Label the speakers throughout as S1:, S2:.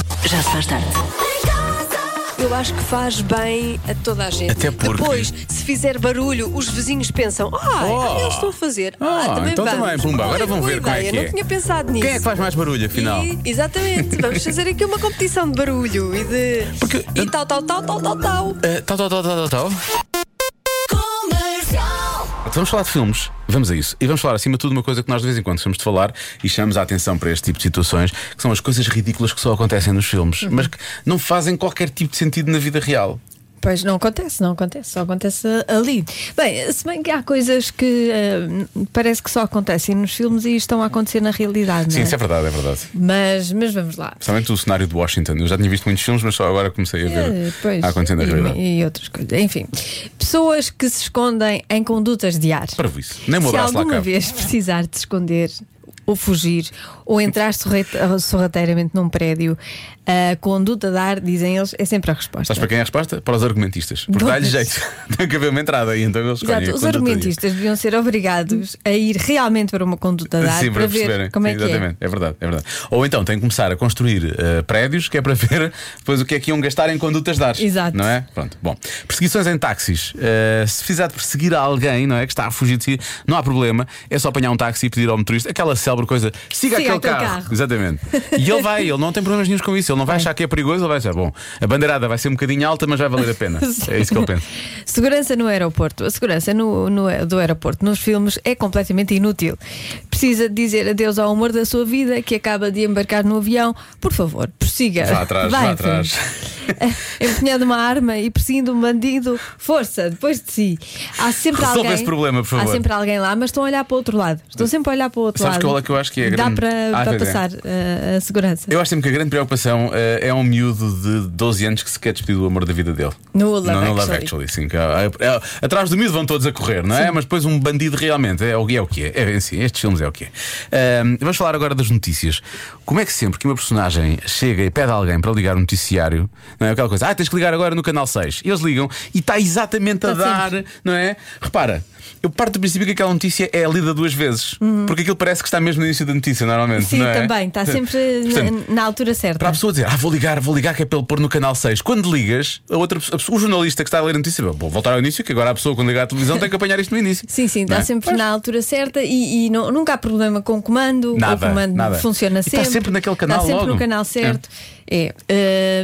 S1: Já se faz tarde.
S2: Eu acho que faz bem a toda a gente.
S3: Até porque-
S2: Depois, se fizer barulho, os vizinhos pensam: ah,
S3: Oh.
S2: eu estou a fazer.
S3: Ah,
S2: também
S3: então
S2: vamos.
S3: também, pumba, agora
S2: Olha,
S3: vão
S2: boa
S3: ver como é
S2: ideia,
S3: que é.
S2: Não tinha pensado nisso.
S3: Quem é que faz mais barulho, afinal?
S2: E- exatamente, vamos fazer aqui uma competição de barulho e de.
S3: Porque-
S2: E tal, tal, tal, tal, tal, tal.
S3: Eh, Tal, tal, tal, tal, tal, tal. Então Vamos falar de filmes, vamos a isso. E vamos falar, acima de tudo, uma coisa que nós de vez em quando gostamos de falar e chamamos a atenção para este tipo de situações, que são as coisas ridículas que só acontecem nos filmes,
S4: Uhum.
S3: mas que não fazem qualquer tipo de sentido na vida real.
S4: Pois não acontece, não acontece, só acontece ali. Bem, se bem que há coisas que ah, parece que só acontecem nos filmes e estão a acontecer na realidade, não
S3: Sim,
S4: é?
S3: isso é verdade, é verdade.
S4: Mas, mas vamos lá.
S3: Principalmente o cenário de Washington. Eu já tinha visto muitos filmes, mas só agora comecei a ver
S4: Eh, pois,
S3: a acontecer na
S4: e-
S3: realidade.
S4: E, outras coisas. Enfim, pessoas que se escondem em condutas de ar.
S3: Para isso. Nem um
S4: se
S3: abraço lá
S4: alguma
S3: cabe.
S4: vez precisar de esconder ou fugir ou entrar sorrete- sorrateiramente num prédio, a conduta de ar, dizem eles, é sempre a resposta.
S3: Sabes para quem é a resposta? Para os argumentistas. Porque dá-lhe
S4: Donas.
S3: jeito. Tem que haver uma entrada aí, então eles escolhem
S4: Exato,
S3: a
S4: os
S3: conduta de-
S4: argumentistas deviam ser obrigados a ir realmente para uma conduta de ar
S3: Sim, para,
S4: para, ver
S3: perceberem.
S4: como é
S3: Sim,
S4: que
S3: exatamente. É. verdade, é verdade. Ou então tem que começar a construir eh, prédios, que é para ver depois o que é que iam gastar em condutas de ar.
S4: Exato.
S3: Não é? Pronto. Bom, perseguições em táxis. Eh, se fizer de perseguir alguém, não é? Que está a fugir de si, não há problema. É só apanhar um táxi e pedir ao motorista aquela célebre coisa:
S4: Siga
S3: siga, aquele,
S4: aquele
S3: carro.
S4: carro.
S3: Exatamente. E ele vai, ele não tem problemas nenhum com isso. Ele não vai achar que é perigoso, ele vai dizer: bom, a bandeirada vai ser um bocadinho alta, mas vai valer a pena.
S4: Sim.
S3: é isso que ele pensa.
S4: é. Segurança no aeroporto. A segurança no, no- do aeroporto nos filmes é completamente inútil. Precisa de dizer adeus ao amor da sua vida que acaba de embarcar no avião. Por favor, prossiga.
S3: Vá atrás,
S4: Vai
S3: vá
S4: em frente. Empunhando uma arma e perseguindo um bandido, força, depois de si. Há sempre
S3: Resolva
S4: alguém.
S3: esse problema, por favor.
S4: Há sempre alguém lá, mas estão a olhar para o outro lado. Estão sempre a olhar para o outro
S3: Sabes
S4: lado.
S3: qual é que eu acho que é a
S4: Dá
S3: grande-
S4: para,
S3: Ah,
S4: para
S3: pois é.
S4: passar eh, a segurança.
S3: Eu acho sempre que a grande preocupação eh, é um miúdo de 12 anos que se quer despedir do amor da vida dele.
S4: No Love
S3: não, no
S4: Actually.
S3: Love Actually, sim. que, ah, é- é- atrás do miúdo vão todos a correr, não é? Mas depois um bandido realmente é, o- é o que é. É assim, estes filmes é o que é. Ahm, vamos falar agora das notícias. Como é que sempre que uma personagem chega e pede a alguém para ligar um noticiário, não é aquela coisa, ah, tens que ligar agora no canal 6. E eles ligam e está exatamente a
S4: Está
S3: dar, não é? Repara. Eu parto do princípio que aquela notícia é lida duas vezes, porque aquilo parece que está mesmo no início da notícia, normalmente.
S4: Uhum. Sim,
S3: não é?
S4: também. Está sempre na-
S3: Portanto,
S4: na, altura certa.
S3: Para a pessoa dizer, ah, vou ligar, vou ligar que é pelo pôr no canal 6. Quando ligas, a outra, pessoa- o jornalista que está a ler a notícia, vou voltar ao início, que agora a pessoa, quando ligar à televisão, tem que apanhar isto no início.
S4: Sim, sim, está
S3: Não é?
S4: sempre na altura certa e, e não- nunca há problema com o comando.
S3: Nada,
S4: o comando
S3: nada. E
S4: funciona
S3: está
S4: sempre.
S3: sempre naquele canal
S4: Está sempre
S3: logo.
S4: no canal certo. É.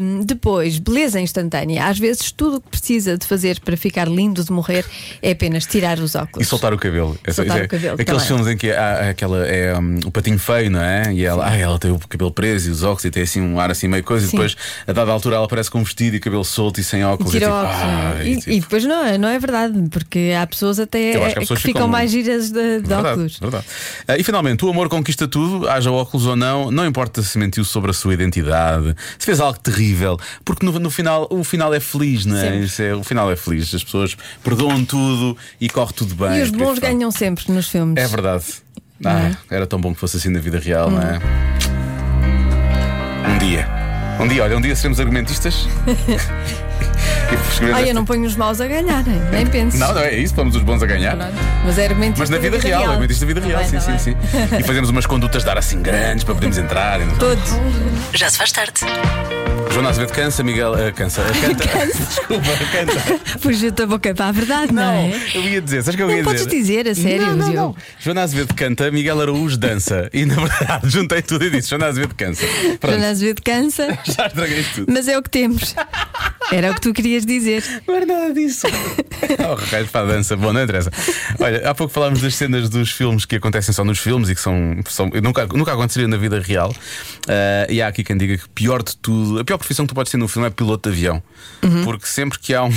S4: Ahm, depois, beleza instantânea. Às vezes, tudo o que precisa de fazer para ficar lindo de morrer é apenas tirar os
S3: E
S4: óculos.
S3: soltar o cabelo. É só-
S4: Soltar
S3: é-
S4: o cabelo tá
S3: Aqueles
S4: também.
S3: filmes em que há aquela, é hum, o patinho feio, não é? E ela, ah, ela tem o cabelo preso e os óculos e tem assim um ar assim meio coisa, e
S4: Sim.
S3: depois, a dada altura, ela aparece com um vestido e cabelo solto e sem óculos.
S4: Tira
S3: e, tipo,
S4: óculos.
S3: ah,
S4: não é?
S3: e
S4: e,
S3: tipo,
S4: e depois não, é- não é verdade, porque há pessoas até
S3: Eu acho que há
S4: eh,
S3: pessoas que
S4: ficam
S3: ficam- É
S4: mais giras de, de
S3: Verdade,
S4: óculos.
S3: verdade. Ah, e finalmente, o amor conquista tudo, haja óculos ou não, não importa se mentiu sobre a sua identidade, se fez algo terrível, porque no, no final o final é feliz, não é?
S4: Sempre.
S3: Isso é? O final é feliz, as pessoas perdoam tudo e corre tudo bem.
S4: E os
S3: por isso,
S4: bons é?
S3: pá,
S4: ganham sempre nos filmes.
S3: É verdade. Ah, Era tão bom que fosse assim na vida
S4: Hum.
S3: real, não é? Um dia. Um dia, olha, um dia seremos argumentistas. E escrevemos
S4: Ai,
S3: esta-
S4: eu não ponho os maus a ganharem, nem penso.
S3: não, não é isso, pomos os bons a ganhar.
S4: Mas é era argumento
S3: Mas na vida real, é muito isto
S4: Tá
S3: na vida real, sim, sim, sim. E fazemos umas condutas de ar assim grandes para podermos entrar. e não sei.
S4: Todos.
S1: Já se faz tarde.
S3: Joana Azevedo cansa, Miguel eh, cansa. eh, Canta. Desculpa, canta.
S4: Fugiu da boca para a verdade, não,
S3: Não,
S4: é?
S3: eu ia dizer, sabes o que eu
S4: Não
S3: ia
S4: podes dizer, a sério,
S3: Não, não,
S4: Diogo.
S3: não. Joana Azevedo canta, Miguel Araújo dança. E na verdade, juntei tudo e disse: Joana Azevedo cansa. Pronto,
S4: Jonas Azevedo cansa,
S3: já estraguei tudo.
S4: mas é o que temos. Era o que tu querias dizer.
S3: Não era nada disso. oh, raio para a dança, bom, não interessa. Olha, há pouco falámos das cenas dos filmes que acontecem só nos filmes e que são. são nunca, nunca aconteceria na vida real. Ah, e há aqui quem diga que pior de tudo, a pior profissão que tu podes ter num filme é piloto de avião.
S4: Uhum.
S3: Porque sempre que há um,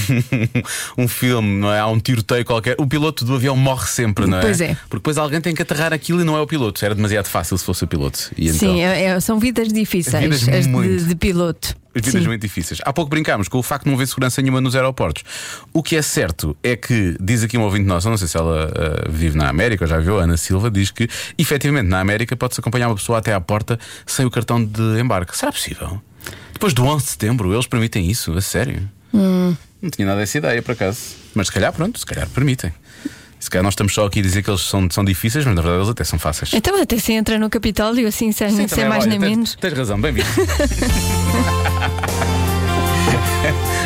S3: um filme, não é? há um tiroteio qualquer, o piloto do avião morre sempre, não é?
S4: Pois é.
S3: Porque depois alguém tem que aterrar aquilo e não é o piloto. Era demasiado fácil se fosse o piloto. E então-
S4: Sim, é- é- são vidas difíceis,
S3: Vidas
S4: as
S3: muito.
S4: de, de piloto.
S3: as vidas
S4: Sim.
S3: muito difíceis. Há pouco brincámos com o facto de não haver segurança nenhuma nos aeroportos. O que é certo é que, diz aqui um ouvinte nosso, eu não sei se ela ah, vive na América, ou já viu, a Ana Silva, diz que efetivamente na América pode-se acompanhar uma pessoa até à porta sem o cartão de embarque. Será possível? Depois do 11 de setembro, eles permitem isso? A sério? Não tinha nada dessa ideia, por acaso. Mas se calhar, pronto, se calhar permitem. E se calhar nós estamos só aqui a dizer que eles são, são difíceis, mas na verdade eles até são fáceis.
S4: Então até se entra no Capitólio assim sem,
S3: Sim,
S4: sem
S3: também,
S4: mais
S3: olha,
S4: nem
S3: tens,
S4: menos.
S3: Tens razão, bem-vindo.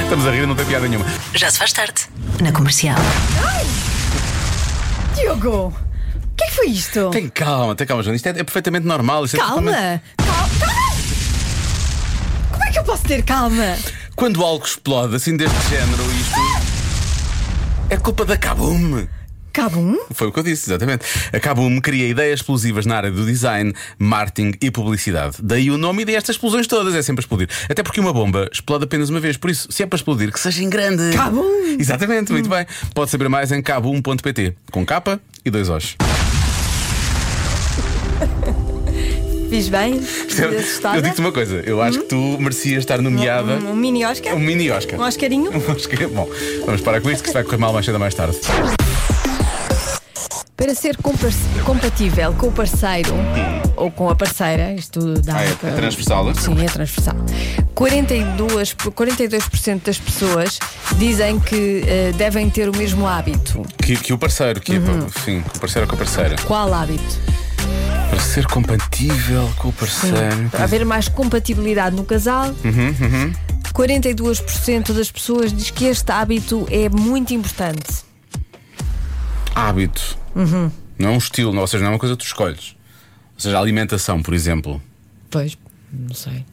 S3: Estamos a rir, não tem piada nenhuma.
S1: Já se faz tarde. Na comercial.
S4: Diogo, o que é que foi isto?
S3: Tem calma, tem calma, Joana. Isto é, é perfeitamente normal. Isto é totalmente-
S4: Calma! Calma! Como é que eu posso ter calma?
S3: Quando algo explode assim deste género, isto. É culpa da Kabum.
S4: Cabo um?
S3: Foi o que eu disse, exatamente. A Kabum cria ideias explosivas na área do design, marketing e publicidade. Daí o nome e destas explosões todas, é sempre a explodir. Até porque uma bomba explode apenas uma vez, por isso, se é para explodir, que seja em grande.
S4: Kabum!
S3: Exatamente,
S4: Hum.
S3: muito bem. Pode saber mais em kabum.pt, com capa e dois olhos.
S4: Fiz bem? Fiquei assustada. Hum.
S3: Eu digo-te uma coisa, eu acho que tu merecias estar nomeada.
S4: Um, um mini Oscar?
S3: Um mini Oscar.
S4: Um Oscarinho?
S3: Acho que- é Bom, vamos parar com isto que isto vai correr mal mais cedo ou mais tarde.
S4: Para ser compa- compatível com o parceiro ou com a parceira, isto dá.
S3: Ah, é-
S4: para-
S3: é transversal, é?
S4: Sim, é transversal. 42, 42% das pessoas dizem que eh, devem ter o mesmo hábito.
S3: Que, que o parceiro, que é
S4: Uhum.
S3: sim, que o parceiro ou com a parceira.
S4: Qual hábito?
S3: Para ser compatível com o parceiro.
S4: Para haver mais compatibilidade no casal.
S3: Uhum,
S4: 42% das pessoas diz que este hábito é muito importante.
S3: Hábito. Não é um estilo, não, ou seja, não é uma coisa que tu escolhes. Ou seja, a alimentação, por exemplo.
S4: Pois, não sei.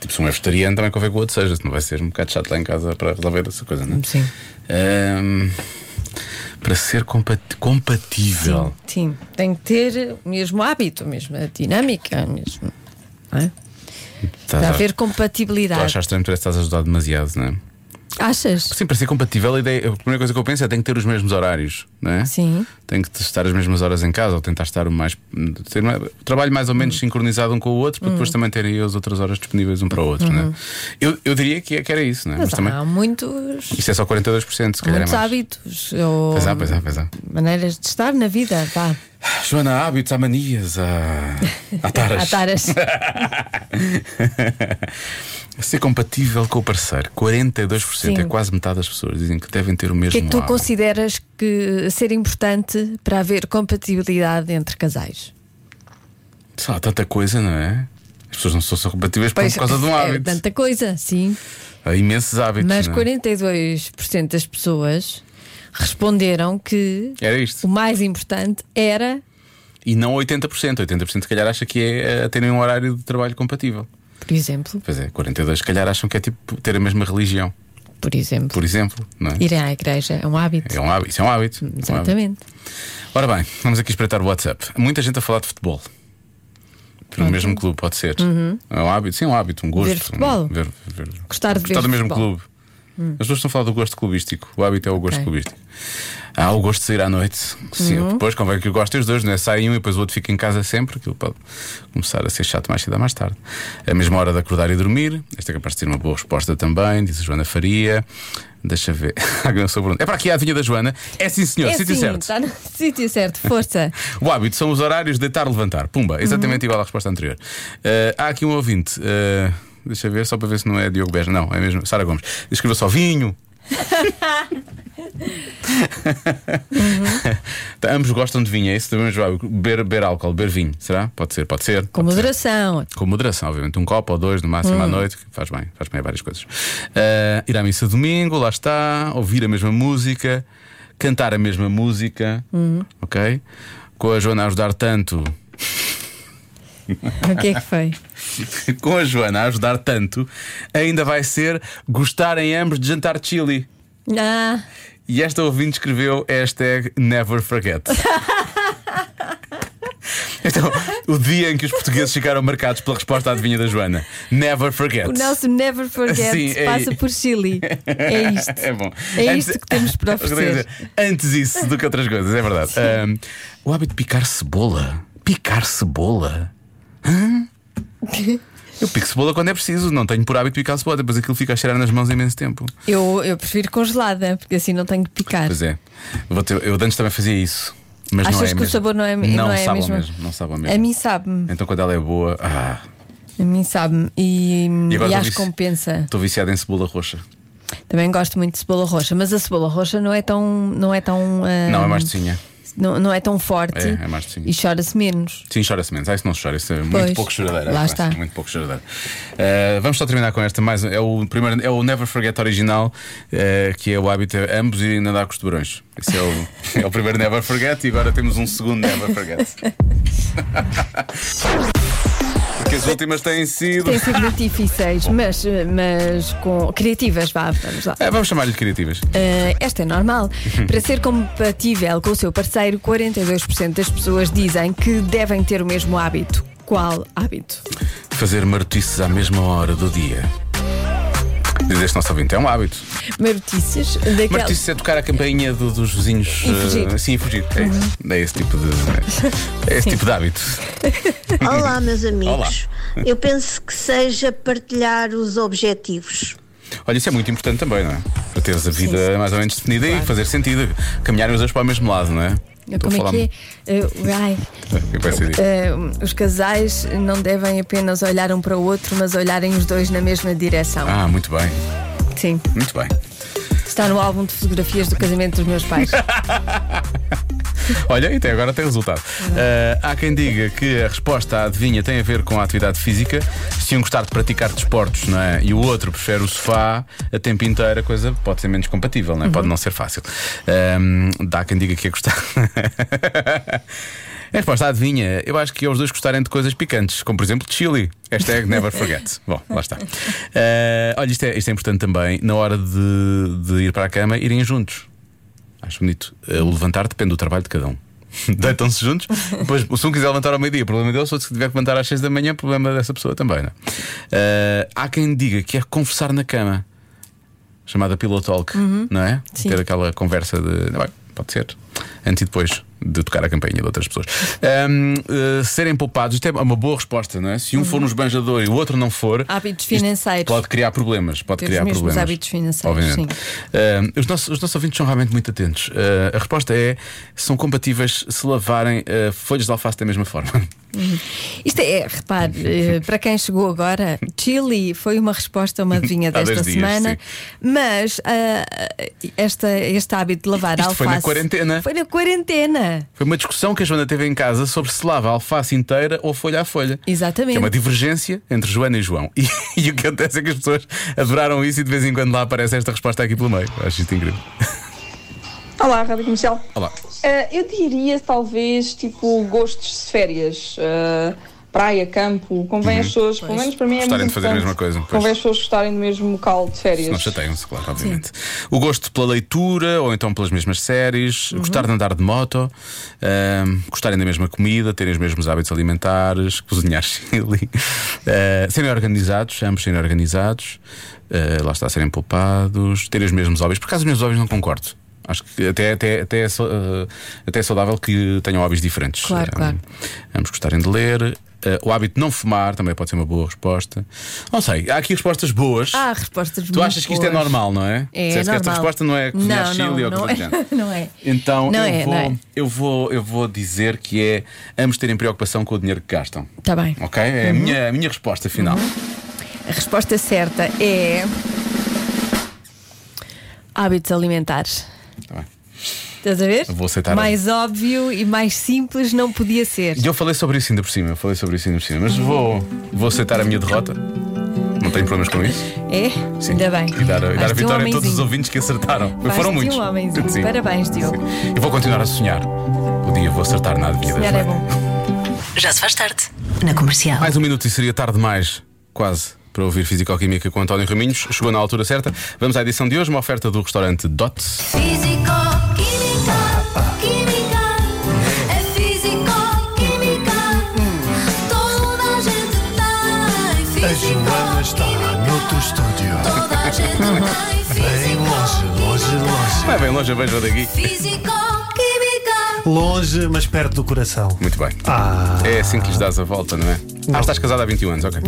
S3: Tipo, se um é vegetariano, também convém que o outro seja, senão vai ser um bocado chato lá em casa para resolver essa coisa, não é?
S4: Sim.
S3: Ahm, para ser compat- compatível.
S4: Sim, tem que ter o mesmo hábito, a mesma dinâmica, a mesma. não é?
S3: Estás
S4: Para
S3: a-
S4: haver
S3: Tu
S4: compatibilidade.
S3: achas estranho, parece que estás a ajudar demasiado, não é?
S4: Achas?
S3: Sim, para ser compatível, a, ideia, a primeira coisa que eu penso é tem que ter os mesmos horários, não é?
S4: Sim.
S3: Tem que estar as mesmas horas em casa ou tentar estar o mais. ter uma- trabalho mais ou menos sincronizado um com o outro para
S4: Hum.
S3: depois também terem as outras horas disponíveis um para o outro, não é? Eu, eu diria que, é- que era isso, não é?
S4: Uhum. Mas,
S3: Mas também.
S4: há muitos,
S3: Isso é só 42%, se calhar é
S4: muitos
S3: mais.
S4: hábitos ou
S3: Pois há, pois há, pois há.
S4: maneiras de estar na vida. Vá,
S3: Joana, há hábitos, há manias, há. há taras.
S4: há taras.
S3: Ser compatível com o parceiro, 42%, é
S4: Sim.
S3: quase metade das pessoas dizem que devem ter o mesmo
S4: O que é que tu
S3: hábito.
S4: consideras que ser importante para haver compatibilidade entre casais?
S3: Sei lá, tanta coisa, não é? As pessoas não são só compatíveis por causa de um
S4: é
S3: hábito.
S4: tanta coisa, sim.
S3: Há imensos hábitos.
S4: Mas
S3: não é?
S4: 42% das pessoas responderam que
S3: Era
S4: o
S3: isto.
S4: mais importante era.
S3: E não 80%. 80% se calhar acha que é eh, terem um horário de trabalho compatível.
S4: Por exemplo,
S3: Pois é, 42% se calhar acham que é tipo ter a mesma religião,
S4: por exemplo,
S3: por exemplo. Não é?
S4: irem à igreja é um hábito.
S3: É um hábito, isso é um hábito. É um hábito.
S4: Exatamente.
S3: Ora bem, vamos aqui espreitar o WhatsApp. Muita gente a falar de futebol. Pelo mesmo clube, pode ser. É um hábito, sim, é um hábito, um gosto.
S4: Uhum. Ver futebol.
S3: um- ver- ver-
S4: Gostar de ver
S3: do mesmo
S4: futebol.
S3: clube. As pessoas estão a falar do gosto clubístico. O hábito é o gosto
S4: Ok. Uhum.
S3: clubístico. Há o gosto de sair à noite. Sim, depois convém que eu gosto os dois, não é? Sai um e depois o outro fica em casa sempre. Aquilo pode começar a ser chato mais cedo ou mais tarde. A mesma hora de acordar e dormir. Esta é capaz de ter uma boa resposta também, diz a Joana Faria. Deixa ver. Não sou Bruno. é para aqui a adivinha da Joana. É sim, senhor,
S4: é
S3: sítio
S4: sim,
S3: certo.
S4: está no sítio certo, força.
S3: O hábito são os horários de deitar levantar. Pumba, exatamente igual à resposta anterior. Eh, há aqui um ouvinte. eh, deixa ver, só para ver se não é Diogo Beja. Não, é mesmo Sara Gomes. Escreveu só vinho. Tá, Ambos gostam de vinho, é isso? Devemos beber, beber álcool, beber vinho, será? Pode ser, pode ser.
S4: Com
S3: pode ser.
S4: moderação.
S3: Com moderação, obviamente. Um copo ou dois no máximo à noite, que faz bem, faz bem a várias coisas. Ah, ir à missa domingo, lá está. Ouvir a mesma música, cantar a mesma música, ok? Com a Joana a ajudar tanto.
S4: O que é que foi?
S3: Com a Joana a ajudar tanto, ainda vai ser gostarem ambos de jantar chili.
S4: Ah,
S3: E esta ouvinte escreveu hashtag Never Forget. Então, o dia em que os portugueses ficaram marcados pela resposta à adivinha da Joana. Never forget.
S4: o nosso Never Forget
S3: Sim, é-
S4: passa por Chile. É isto.
S3: É bom.
S4: É isto que temos para
S3: É o que eu tenho a dizer. Antes isso do que outras coisas, é verdade. Ahm, o hábito de picar cebola. Picar cebola. Hã? Eu pico cebola quando é preciso, não tenho por hábito picar cebola, depois aquilo fica a cheirar nas mãos imenso tempo.
S4: Eu, eu prefiro congelada, porque assim não tenho que picar.
S3: Pois é. Vou ter- eu antes também fazia isso. Mas não
S4: Achas
S3: é
S4: que o
S3: mesmo.
S4: sabor não é-
S3: Não,
S4: não é
S3: sabe
S4: mesmo?
S3: ao mesmo. Não sabe ao mesmo.
S4: A mim sabe-me,
S3: Então quando ela é boa. Ah,
S4: a mim sabe-me e,
S3: E
S4: e,
S3: agora estou
S4: acho que
S3: vici-
S4: compensa.
S3: estou viciado em cebola roxa.
S4: Também gosto muito de cebola roxa, mas a cebola roxa não é tão. Não é tão. ah,
S3: Não, é mais docinha.
S4: Não, não é tão forte
S3: É, é mais docinha.
S4: e chora-se menos.
S3: Sim, chora-se menos. Ah, isso não se chora, isso é muito
S4: Pois.
S3: pouco choradeira.
S4: Lá
S3: Vai
S4: está.
S3: ser Muito pouco choradeira. Eh, vamos só terminar com esta mais. É o, primeiro, é o Never Forget original, eh, que é o hábito de ambos irem nadar com os tubarões. Esse é o, é o primeiro Never Forget e agora temos um segundo Never Forget. Porque as últimas têm sido.
S4: Tem sido muito difíceis, mas, mas com. criativas, vá, vamos lá.
S3: Eh, vamos chamar-lhe criativas.
S4: Ah, esta é normal. Para ser compatível com o seu parceiro, 42% das pessoas dizem que devem ter o mesmo hábito. Qual hábito?
S3: Fazer marotices à mesma hora do dia. Diz este nosso ouvinte, é um hábito.
S4: Marotices daquela.
S3: Marotices é tocar a campainha do- dos vizinhos.
S4: E fugir. Uhum.
S3: eh, sim, e fugir. É, isso. é esse tipo de. É esse tipo de hábito.
S5: Olá, meus amigos.
S3: Olá.
S5: Eu penso que seja partilhar os objetivos.
S3: Olha, isso é muito importante também, não é? Para teres a vida mais ou menos definida e fazer sentido. Caminharem os dois para o mesmo lado, não é? Estou
S4: Como
S3: a
S4: é
S3: falar-
S4: que é? Ah, ai,
S3: É, eu pensei disso.
S4: ah, os casais não devem apenas olhar um para o outro, mas olharem os dois na mesma direção.
S3: Ah, muito bem,
S4: Sim.
S3: muito bem.
S4: Está no álbum de fotografias do casamento dos meus pais.
S3: Olha, e até agora tem resultado. Ah, há quem diga que a resposta à adivinha tem a ver com a atividade física. Se um gostar de praticar desportos não é? e o outro prefere o sofá a tempo inteiro, a coisa pode ser menos compatível, não é? pode não ser fácil. Ahm, dá quem diga que é gostar. A resposta à adivinha, eu acho que é os dois gostarem de coisas picantes, como por exemplo chili. Hashtag never forget. Bom, lá está. Ah, olha, isto é, isto é importante também, na hora de, de ir para a cama, irem juntos. Acho bonito. Eh, O levantar depende do trabalho de cada um. Deitam-se juntos, depois se um quiser levantar ao meio-dia, problema dele, se outro tiver que levantar às 6 da manhã, problema dessa pessoa também, não é? Eh, há quem diga que é conversar na cama, chamada pillow talk, não é?
S4: Sim.
S3: Ter aquela conversa de. "Ah, bem, pode ser, antes e depois de tocar a campainha de outras pessoas. Ahm, eh, serem poupados, isto é uma boa resposta, não é? Se um for um esbanjador e o outro não for,
S4: Hábitos
S3: isto
S4: financeiros.
S3: pode criar problemas. Pode
S4: Ter os
S3: criar
S4: mesmos
S3: problemas.
S4: hábitos financeiros,
S3: Obviamente.
S4: sim.
S3: Ah, os, nossos, os nossos ouvintes são realmente muito atentos. Ah, a resposta é: são compatíveis se lavarem ah, folhas de alface da mesma forma.
S4: Isto é, repare, eh, para quem chegou agora, Chile foi uma resposta a uma adivinha
S3: dois
S4: desta
S3: dias,
S4: semana,
S3: sim.
S4: mas ah, esta, este hábito de lavar
S3: Isto foi
S4: alface.
S3: na quarentena.
S4: Foi na quarentena.
S3: Foi uma discussão que a Joana teve em casa sobre se lava a alface inteira ou folha a folha.
S4: Exatamente.
S3: Que é uma divergência entre Joana e João. E, e o que acontece é que as pessoas adoraram isso e de vez em quando lá aparece esta resposta aqui pelo meio. Acho isto incrível.
S6: Olá, Rádio Comercial.
S3: Olá.
S6: Ah, eu diria talvez tipo gostos de férias. ah, praia, campo, convém as pessoas, pelo menos para mim é
S3: Uhum. Gostarem
S6: muito
S3: de fazer a
S6: importante.
S3: mesma coisa, pois.
S6: Convém as pessoas gostarem do mesmo local de férias.
S3: Não chateiam-se, claro, obviamente. O gosto pela leitura, ou então pelas mesmas séries,
S4: Uhum.
S3: gostar de andar de moto, ahm, gostarem da mesma comida, terem os mesmos hábitos alimentares, cozinhar chili, ah, serem organizados, ambos serem organizados, ah, lá está, serem poupados, terem os mesmos hobbies. Por acaso, os meus hobbies não concordo. Acho que até, até, até, é, sau- ah, até é saudável que tenham hobbies diferentes.
S4: Claro,
S3: Ah,
S4: claro.
S3: Ambos gostarem de ler. Ah, o hábito de não fumar também pode ser uma boa resposta. Não sei, há aqui respostas boas.
S4: Há respostas
S3: Tu achas que isto é normal, não é?
S4: É,
S3: Disseste que esta
S4: normal.
S3: resposta não é cozinhar
S4: Não,
S3: chile
S4: não,
S3: ou
S4: não
S3: coisa do
S4: é.
S3: género.
S4: Não é.
S3: Então
S4: Não
S3: eu,
S4: é,
S3: vou,
S4: não é.
S3: eu, vou, eu vou dizer que é ambos terem preocupação com o dinheiro que gastam.
S4: Tá bem. Uhum.
S3: Ok? É a, minha, a minha resposta final.
S4: A resposta certa é. Hábitos alimentares.
S3: Tá bem.
S4: Estás a ver?
S3: Eu vou aceitar.
S4: Mais óbvio e mais simples não podia ser.
S3: E eu falei sobre isso ainda por cima, eu falei sobre isso ainda por cima, mas vou, vou aceitar a minha derrota. Não tenho problemas com isso.
S4: É? Ainda bem.
S3: E dar, e dar a
S4: Basta um
S3: vitória a todos os
S4: homenzinho.
S3: ouvintes que acertaram.
S4: Basta
S3: Foram
S4: um
S3: muitos.
S4: homenzinho. Parabéns, Diogo.
S3: Sim. Eu vou continuar a sonhar. O dia vou acertar na vida.
S4: Sonhar é bom.
S1: Já se faz tarde. Na comercial.
S3: Mais um minuto e seria tarde demais, quase, para ouvir Fisicoquímica com António Raminhos. Chegou na altura certa. Vamos à edição de hoje, uma oferta do restaurante Dot.
S7: Físico, química, química, é físico, química. Toda a gente tem
S8: A
S7: físico,
S8: Joana está noutro
S7: química.
S8: estúdio.
S7: Toda a gente tem
S8: Bem
S7: físico,
S8: longe, longe, longe.
S3: Vai é bem longe, vejo daqui.
S7: físico, química.
S8: Longe, mas perto do coração.
S3: Muito bem.
S8: Ah.
S3: É assim que lhes dás a volta, não é? Ah, estás casado há 21 anos, ok.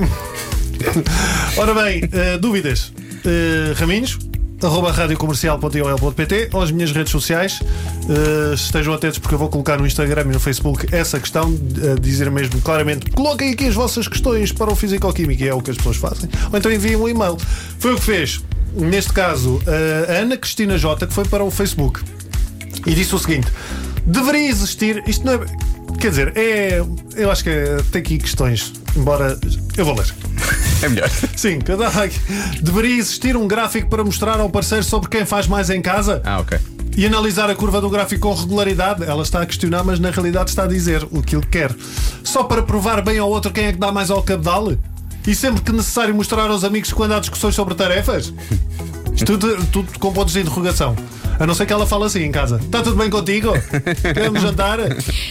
S8: Ora bem, eh, dúvidas? Eh, Raminhos, arroba radiocomercial.ol.pt ou as minhas redes sociais. Eh, estejam atentos porque eu vou colocar no Instagram e no Facebook essa questão, eh, dizer mesmo claramente: coloquem aqui as vossas questões para o Físico-Químico, e é o que as pessoas fazem. Ou então enviem um e-mail. Foi o que fez. neste caso, a Ana Cristina Jota, que foi para o Facebook e disse o seguinte: deveria existir. Isto não é. Quer dizer, é. Eu acho que é- tem aqui questões, embora. Eu vou ler.
S3: É melhor.
S8: Sim, cada deveria existir um gráfico para mostrar ao parceiro sobre quem faz mais em casa
S3: Ah, ok.
S8: e analisar a curva do gráfico com regularidade. Ela está a questionar, mas na realidade está a dizer o que ele quer. Só para provar bem ao outro quem é que dá mais ao cabedal? E sempre que necessário mostrar aos amigos quando há discussões sobre tarefas? Isto tudo, tudo com pontos de interrogação. A não ser que ela fale assim em casa. Está tudo bem contigo? Queremos jantar?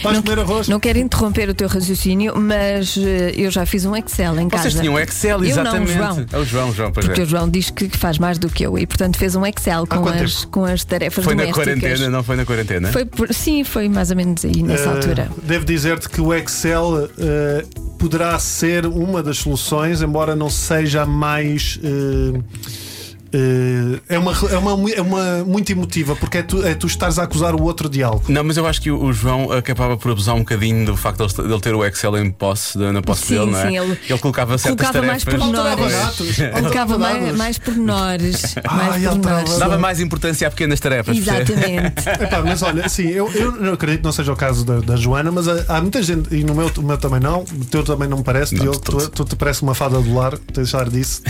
S8: Vais comer arroz?
S4: Não quero interromper o teu raciocínio, mas eh, eu já fiz um Excel em casa.
S3: Vocês tinham Excel,
S4: Eu não,
S3: exatamente.
S4: João.
S3: É o João, João, pois
S4: Porque
S3: é.
S4: o João diz que faz mais do que eu e, portanto, fez um Excel com,
S8: quanto
S4: as, com as tarefas
S3: Foi na
S4: domésticas.
S3: quarentena, não foi na quarentena?
S4: Foi por- sim, foi mais ou menos aí nessa
S8: é? Eh,
S4: altura.
S8: Devo dizer-te que o Excel eh, poderá ser uma das soluções, embora não seja a mais. eh, eh, é, uma, é, uma, mui- é uma muito emotiva, porque é tu, é tu estares a acusar o outro de algo.
S3: Não, mas eu acho que o o João acabava por abusar um bocadinho do facto de ele- dele ter o Excel em posse, da- na posse
S4: Sim,
S3: dele, não é?
S4: sim, ele-
S3: colocava certas
S4: colocava mais
S3: tarefas.
S4: pormenores.
S8: Alterava
S4: Pois.
S8: dados.
S4: Colocava
S8: alterava
S4: mais,
S8: dados.
S4: Um mais pormenores.
S8: Ah,
S4: mais
S8: eh, ele
S4: pormenores.
S8: tava-
S3: Dava mais importância a pequenas tarefas. percebe?
S4: Exatamente.
S8: Epá, mas olha, sim, eu, eu não acredito que não seja o caso da, da Joana, mas eh, há, há muita gente, e no meu, o meu também não, o teu também não me parece,
S3: Não,
S8: Diogo,
S3: de todo.
S8: tu, tu te parece uma fada do lar, deixar disso.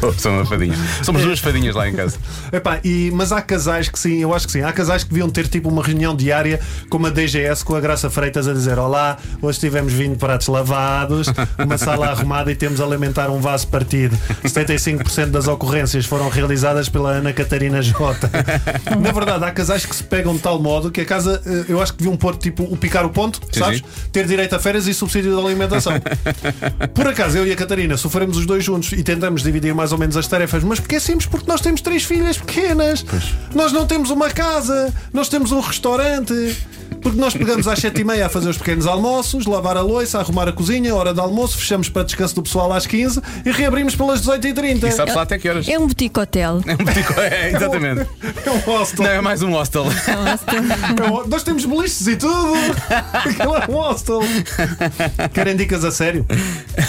S3: Sou, sou uma fadinha. Somos duas fadinhas lá em casa.
S8: Epá, e, mas há casais que sim, eu acho que sim. Há casais que deviam ter tipo uma reunião diária como a DGS com a Graça Freitas a dizer: Olá, hoje tivemos vindo pratos lavados, uma sala arrumada e temos a alimentar um vaso partido. 75% das ocorrências foram realizadas pela Ana Catarina Jota. Na verdade, há casais que se pegam de tal modo que a casa, eh, eu acho que deviam pôr tipo o picar o ponto,
S3: Sim,
S8: sabes?
S3: sim.
S8: Ter direito a férias e subsídio de alimentação. Por acaso, eu e a Catarina sofremos os dois juntos e tentamos dividir mais ou menos as tarefas, mas porque é simples, porque nós temos três filhas pequenas, nós não temos uma casa, nós temos um restaurante. Porque nós pegamos às sete e meia a fazer os pequenos almoços, lavar a louça, arrumar a cozinha, hora de almoço, fechamos para descanso do pessoal às 15 e reabrimos pelas 18h30.
S3: E sabes lá até que horas?
S4: É um boutique hotel.
S8: Né?
S3: É um petit- é, exatamente.
S8: É um hostel.
S3: Não, é mais um hostel.
S8: É um- Nós temos beliches e tudo. Aquilo é um hostel. Querem dicas a sério?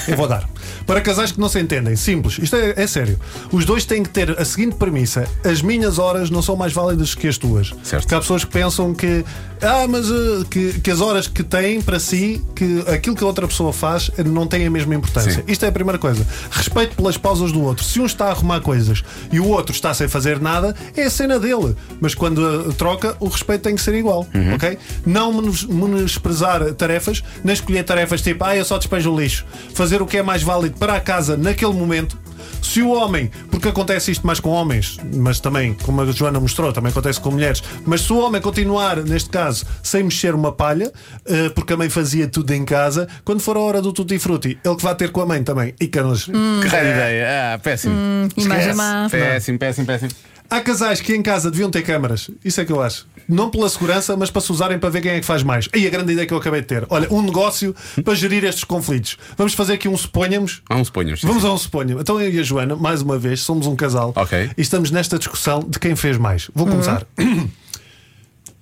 S8: Eu vou dar. Para casais que não se entendem, simples, isto é, é sério. Os dois têm que ter a seguinte premissa: as minhas horas não são mais válidas que as tuas.
S3: Certo.
S8: Porque há pessoas que pensam que, ah, mas eh, que, que as horas que têm para si, que aquilo que a outra pessoa faz eh, não tem a mesma importância.
S3: Sim.
S8: Isto é a primeira coisa. Respeito pelas pausas do outro. Se um está a arrumar coisas e o outro está sem fazer nada, é a cena dele. Mas quando eh, troca, o respeito tem que ser igual. Ok? Não menos- menosprezar tarefas, nem escolher tarefas tipo, ah, eu só despejo o lixo. Fazer o que é mais válido para a casa naquele momento. Se o homem, porque acontece isto mais com homens, mas também, como a Joana mostrou, também acontece com mulheres, mas se o homem continuar, neste caso, sem mexer uma palha, eh, porque a mãe fazia tudo em casa, quando for a hora do Tutti Frutti, ele que vai ter com a mãe também. E canas.
S3: que rara ideia. Ah, péssimo.
S4: Imagem má.
S3: Péssimo, péssimo, péssimo.
S8: Há casais que em casa deviam ter câmaras, isso é que eu acho. Não pela segurança, mas para se usarem para ver quem é que faz mais. E a grande ideia que eu acabei de ter. Olha, um negócio para gerir estes conflitos. Vamos fazer aqui um suponhamos,
S3: Há uns ponhos.
S8: Vamos a um suponho. Então eu e a Joana, mais uma vez, somos um casal
S3: Ok.
S8: e estamos nesta discussão de quem fez mais.
S4: Uhum.
S8: Vou começar.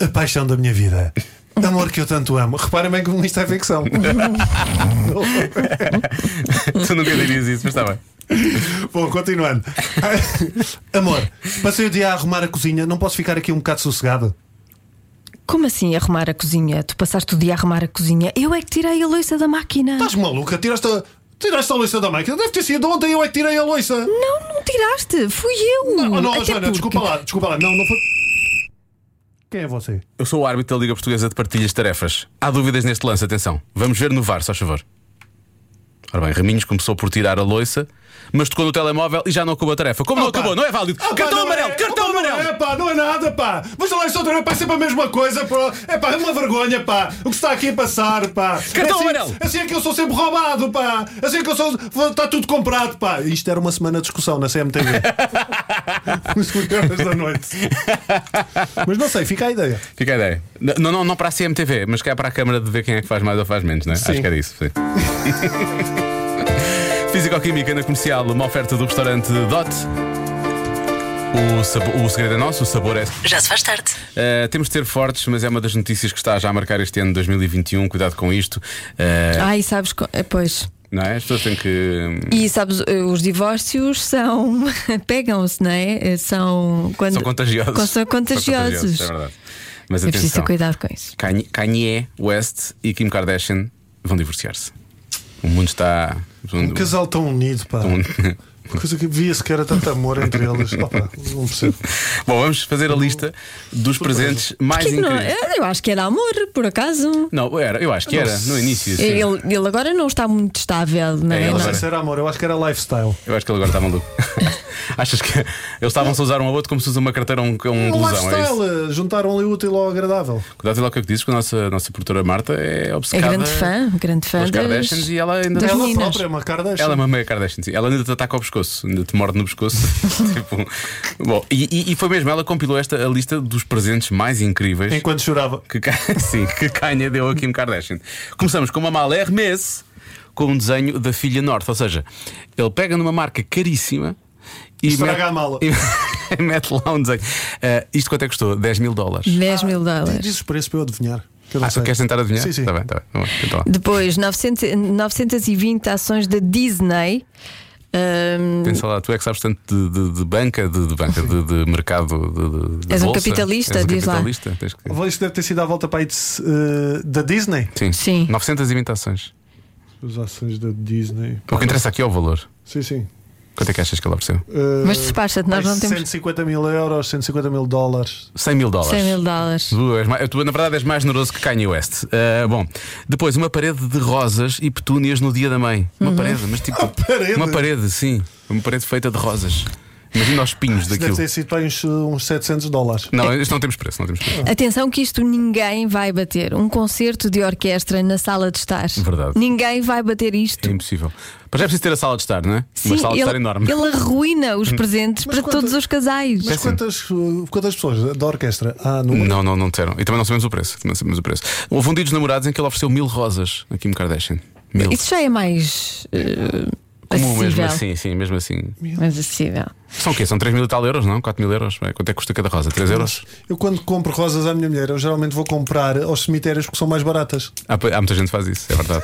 S8: A paixão da minha vida. Amor que eu tanto amo. Reparem bem como isto é ficção.
S3: tu nunca dirias isso, mas está bem.
S8: Bom, continuando. Amor, passei o dia a arrumar a cozinha, não posso ficar aqui um bocado sossegado?
S4: Como assim arrumar a cozinha? Tu passaste o dia a arrumar a cozinha. Eu é que tirei a louça da máquina.
S8: Estás maluca? Tiraste a, tiraste a louça da máquina? Deve ter sido ontem eu é que tirei a louça.
S4: Não, não tiraste. Fui eu.
S8: Oh, não,
S4: Até
S8: Joana,
S4: porque-
S8: desculpa lá, desculpa lá. Não, não foi. Quem é você?
S3: Eu sou o árbitro da Liga Portuguesa de Partilhas de Tarefas. Há dúvidas neste lance, atenção. Vamos ver no VAR, só favor. Ora bem, Raminhos começou por tirar a loiça, mas tocou no telemóvel e já não acabou a tarefa. Como não
S8: Opa.
S3: acabou? Não é válido.
S8: Ah, pá,
S3: cartão
S8: não
S3: amarelo!
S8: é.
S3: Cartão
S8: Opa, não
S3: amarelo!
S8: É pá, não é nada, pá! Mas lá estou a é sempre a mesma coisa, pá! É pá, é uma vergonha, pá! O que se está aqui a passar, pá!
S3: Cartão
S8: assim,
S3: amarelo.
S8: Assim é que eu sou sempre roubado, pá! Assim é que eu sou. Está tudo comprado, pá! Isto era uma semana de discussão na CMTV. Os programas da noite. Mas não sei, fica a ideia.
S3: Fica a ideia. N- Não, não, não para a CMTV, mas cá para a Câmara de ver quem é que faz mais ou faz menos, não é? Acho que era isso, sim. Físico-Química na comercial, uma oferta do restaurante Dot. O, sabo- o segredo é nosso, o sabor é.
S1: Já se faz tarde.
S3: Uh, temos de ser fortes, mas é uma das notícias que está já a marcar este ano de 2021. Cuidado com um. isto. Uh,
S4: Ai, sabes. co- eh, Pois.
S3: não é? As pessoas têm que.
S4: E sabes, eh, os divórcios são. pegam-se, não é? Eh, São. Quando,
S3: São contagiosos.
S4: Quando São contagiosos.
S3: é verdade. Mas
S4: é preciso
S3: atenção.
S4: ter cuidado com isso.
S3: Kanye- Kanye West e Kim Kardashian vão divorciar-se. O mundo está.
S8: Um casal tão unido, pá. Uma coisa que via-se que era tanto amor entre eles. Opa, não percebo.
S3: Bom, vamos fazer a lista dos presentes mais
S4: Que não, é?
S3: incríveis.
S4: eu acho que era amor, por acaso.
S3: Não, era, eu acho que era, no início. sim.
S4: Ele, ele agora não está muito estável, não
S3: É,
S4: é?
S3: ele
S8: Não
S4: Não.
S8: sei se era amor, eu acho que era lifestyle.
S3: Eu acho que ele agora está maluco. Achas que eles estavam-se a usar um ao outro como se usa uma carteira a um, a um blusão? É isso?
S8: lifestyle, eh, juntaram ali útil ao agradável.
S3: Cuidado lá com o que dizes, que a nossa, nossa produtora Marta é
S4: É
S3: obcecada.
S4: grande fã, grande fã.
S3: pelas
S4: das-
S3: Kardashians e ela ainda
S4: das
S8: ela
S4: meninas.
S8: própria é uma Kardashian.
S3: Ela é uma meia Kardashian, sim. Ela ainda te ataca ao pescoço, ainda te morde no pescoço. Tipo, bom, e, e- e foi mesmo, ela compilou esta a lista dos presentes mais incríveis
S8: Enquanto chorava.
S3: que, Ka- sim, que Kanye deu a Kim Kardashian. Começamos com uma mala Hermes com um desenho da filha Norte, ou seja, ele pega numa marca caríssima e
S8: Estraga
S3: mete-
S8: a mala.
S3: E mete lá um desenho. Ah, isto quanto é que custou? 10 mil dólares.
S4: 10 mil dólares.
S8: Diz os preços para eu adivinhar. que eu não
S3: Ah,
S8: sei.
S3: tu queres tentar adivinhar?
S8: Sim, sim.
S3: Tá bem, tá bem. Vamos lá, tenta lá.
S4: Depois, 900, 920 ações da Disney. Ahm,
S3: Pensa lá, tu é que sabes tanto de, de- de banca, de, de banca, de, de mercado. De, de- de
S4: És um
S3: bolsa.
S4: capitalista,
S3: És um
S4: diz lá.
S3: capitalista. Tens que-
S8: Isto deve ter sido à volta para aí de, eh, da Disney.
S3: Sim.
S4: Sim.
S3: 920 ações.
S8: As ações da Disney.
S3: O que interessa aqui é o valor.
S8: Sim, sim.
S3: Quanto é que achas que ele ofereceu?
S8: Eh,
S4: mas despacha-te, nós não
S8: mais
S4: temos
S8: 150 mil euros, 150 mil dólares.
S3: 100 mil dólares.
S4: 100 mil dólares.
S3: Tu, és mais- tu, na verdade, és mais generoso que Kanye West. Ah, bom, depois uma parede de rosas e petúnias no dia da mãe.
S4: Uhum.
S3: Uma parede, mas tipo. Uma
S8: parede?
S3: Uma parede, sim. Uma parede feita de rosas. Imagina os pinhos
S8: Deve
S3: daquilo.
S8: ter sido para aí uns, uns 700 dólares.
S3: Não, isto não temos preço, não temos preço.
S4: Atenção que isto ninguém vai bater. Um concerto de orquestra na sala de estar.
S3: Verdade.
S4: Ninguém vai bater isto.
S3: É impossível. Mas já é preciso ter a sala de estar, não é? uma sala de
S4: ele,
S3: estar enorme. Hum.
S4: ele arruina os presentes para
S8: quanto-
S4: todos os casais.
S8: Mas quantas, eh, quantas pessoas da orquestra? Ah, número.
S3: Não, não, não disseram. E também não sabemos o preço. Também não sabemos o preço. Houve um dia dos namorados em que ele ofereceu mil rosas a Kim Kardashian. Mil.
S4: Isso já é mais eh,
S3: Como mesmo
S4: acessível.
S3: assim, sim, mesmo assim.
S4: Mais acessível.
S3: São o quê? São 3 mil e tal euros, não? 4 mil euros? Vai, Quanto é que custa cada rosa? 3 euros?
S8: Eu quando compro rosas à minha mulher, eu geralmente vou comprar aos cemitérios que são mais baratas.
S3: Há, há muita gente que faz isso, é verdade.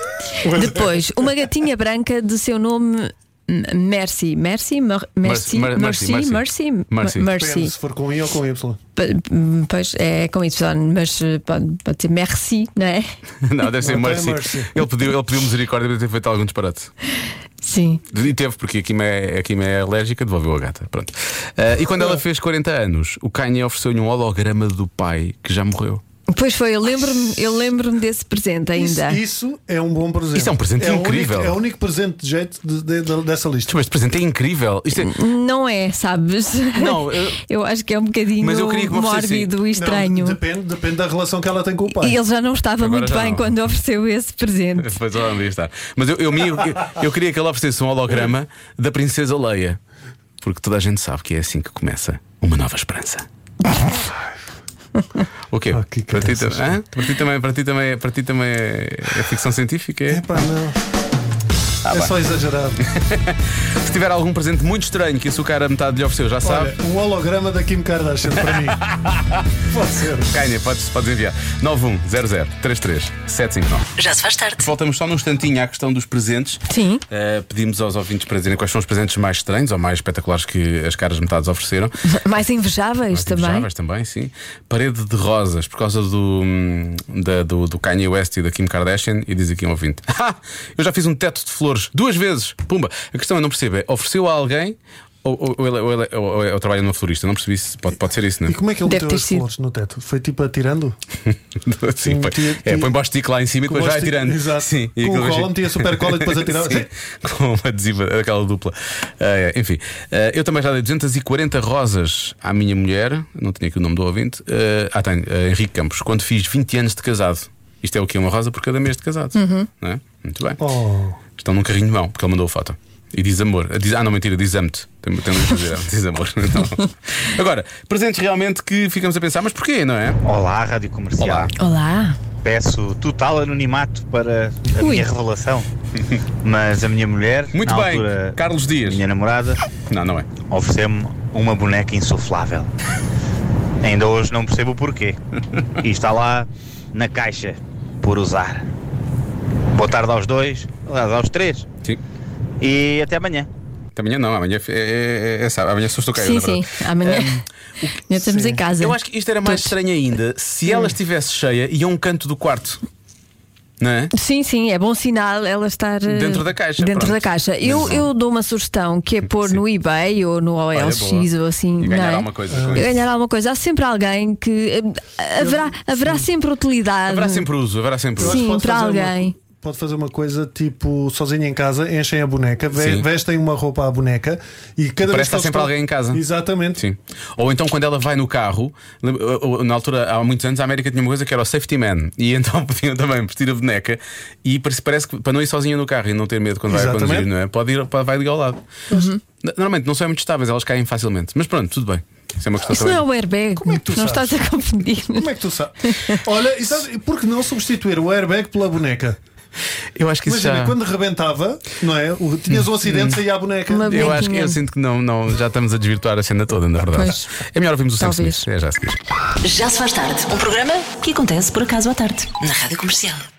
S4: Depois, uma gatinha branca de seu nome M- Mercy. Mercy? Mer- Mercy?
S3: Mer- Mercy,
S4: Mercy?
S3: Mercy.
S4: Mercy?
S3: Mercy.
S8: Depende
S4: Mercy.
S8: se for com I ou com Y.
S4: P- Pois é com Y, mas eh, pode, pode ser Merci, não é?
S3: não, deve ser
S8: Não tem
S3: mercy.
S8: mercy.
S3: Ele pediu, ele pediu misericórdia de ter feito algum disparate.
S4: Sim.
S3: E teve, porque a Kim é, a Kim é alérgica, devolveu a gata. Pronto. Ah, e quando ela fez 40 anos, o Kanye ofereceu-lhe um holograma do pai que já morreu.
S4: Pois foi, eu lembro-me eu lembro desse presente ainda.
S8: Isso, isso é um bom presente.
S3: Isso é um presente
S8: o
S3: incrível.
S8: único- é o único presente de jeito de- de- de- dessa lista.
S4: Tipo,
S3: Mas este presente é incrível. Isto é-
S4: Não é, sabes?
S3: Não, eu-
S4: eu acho que é um bocadinho
S3: Mas eu queria que me oferecesse-
S4: mórbido e é estranho.
S8: Não, depende, depende da relação que ela tem com o pai.
S4: e ele já não estava
S3: Agora
S4: muito
S3: já
S4: bem
S3: não.
S4: quando ofereceu esse presente.
S3: Depois ela não devia estar. Mas eu, eu, me- eu, eu queria que ela oferecesse um holograma da Princesa Leia. Porque toda a gente sabe que é assim que começa uma nova esperança. O quê?
S8: Ah, que
S3: para, ti,
S8: caraças.
S3: tam- Hã? para ti também, para ti também, para ti também é, é ficção científica? é?
S8: Epá, não.
S3: Ah,
S8: é só exagerado.
S3: Se tiver algum presente muito estranho que açúcar a metade lhe ofereceu, já sabe.
S8: Olha, um holograma da Kim Kardashian para mim. Pode ser.
S3: Ganha, podes, podes enviar. 910033759.
S1: Já se faz tarde.
S3: Voltamos só num instantinho à questão dos presentes.
S4: Sim.
S3: Eh, pedimos aos ouvintes para dizerem quais são os presentes mais estranhos ou mais espetaculares que as caras metades ofereceram.
S4: Mais invejáveis também.
S3: Invejáveis também, sim. Parede de rosas, por causa do, hum, da- do, do Kanye West e da Kim Kardashian, e diz aqui um ouvinte: "Ah, Eu já fiz um teto de flores duas vezes. Pumba! A questão é: não percebo, é, ofereceu a alguém ou, ou, ou ele, ou, ele, ou, ou- ou trabalha numa florista? Não percebi se pode, pode ser isso, não
S8: E como é que ele
S4: Deve
S8: meteu
S4: ter
S8: as
S4: sido.
S8: flores no teto? Foi tipo atirando?
S3: é? sim, põe,
S8: tinha-
S3: é,
S8: tinha-
S3: põe bostico lá em cima e
S8: Com
S3: depois vai
S8: bostico,
S3: atirando.
S8: exato.
S3: Sim, e
S8: Com
S3: aquilo
S8: o
S3: vai-
S8: cola, metia super cola e depois atirava.
S3: Sim, com uma adesiva, aquela dupla. Ah, é, enfim, ah, eu também já dei 240 rosas à minha mulher, não tinha aqui o nome do ouvinte. ah, ah, tenho, ah, Henrique Campos, quando fiz 20 anos de casado. Isto é o que? Uma rosa por cada mês de casado. Não é? Muito bem.
S8: Oh.
S3: Estão num carrinho de mão, porque ele mandou a foto. E diz amor. Ah, diz- ah, não, mentira, diz amo-te. Tem, tem muito a dizer, diz amor. Então, agora, presentes realmente que ficamos a pensar, mas porquê, não é?
S9: Olá, Rádio Comercial.
S3: Olá.
S4: Olá.
S9: Peço total anonimato para a
S4: Ui.
S9: minha revelação. Mas a minha mulher,
S3: Muito
S9: na
S3: bem,
S9: altura,
S3: Carlos Dias.
S9: minha namorada,
S3: Não, não é.
S9: ofereceu-me uma boneca insuflável. Ainda hoje não percebo o porquê. E está lá na caixa, por usar. Boa tarde aos dois, aliás, aos três.
S3: Sim.
S9: E até amanhã.
S3: Amanhã não, amanhã é, é, é, é sábado, amanhã sou estoqueiro.
S4: Sim,
S3: na verdade.
S4: sim. Amanhã. Amanhã estamos em casa.
S3: Eu acho que isto era mais estranho ainda se ela estivesse cheia e a um canto do quarto. Não é?
S4: Sim, sim, é bom sinal ela estar eh,
S3: Dentro da caixa,
S4: Dentro
S3: pronto.
S4: da caixa. Eu,
S3: Dentro.
S4: eu dou uma sugestão que é pôr no eBay ou no OLX
S3: boa.
S4: ou assim.
S3: E ganhar
S4: não é?
S3: alguma coisa com
S4: E
S3: isso.
S4: Ganhar alguma coisa. Há sempre alguém que. eh, Haverá, haverá sempre utilidade.
S3: Haverá sempre uso, haverá sempre
S8: Eu
S3: uso.
S8: acho que
S4: um- Sim,
S8: pode
S4: para
S8: fazer
S4: alguém.
S8: Uma, pode fazer uma coisa tipo sozinho em casa, enchem a boneca, ve-
S3: Sim.
S8: vestem uma roupa à boneca e
S3: Parece que
S8: cada vez
S3: há
S8: eles
S3: sempre
S8: estão-
S3: alguém em casa.
S8: Exatamente.
S3: Sim. Ou então quando ela vai no carro, lem- uh, uh, na altura, há muitos anos, a América tinha uma coisa que era o safety man. E então podiam também vestir a boneca e parece, parece que para não ir sozinha no carro e não ter medo quando vai a
S8: Exatamente.
S3: conduzir, não é? Pode ir, pode, vai ligar ao lado.
S4: Uhum.
S3: N- Normalmente não são muito estáveis, elas caem facilmente. Mas pronto, tudo bem. Isso é uma questão
S4: Isso não
S3: também.
S4: é o airbag.
S8: Como é que tu
S4: não
S8: sabes?
S4: estás a confundir.
S8: Como é que tu sabes? Olha, e sabes, por que não substituir o airbag pela boneca?
S3: Eu acho que isso já.
S8: Imagina, quando rebentava, não é? O- tinhas um acidente, saía a boneca.
S4: Uma-
S3: Eu acho que eu
S4: Bonequinha.
S3: sinto que não, não, já estamos a desvirtuar a cena toda, na verdade.
S4: Pois.
S3: É melhor ouvirmos o Sam
S4: Talvez.
S3: Smith. É já a seguir.
S1: Já se faz tarde. Um programa que acontece por acaso à tarde. Na Rádio Comercial.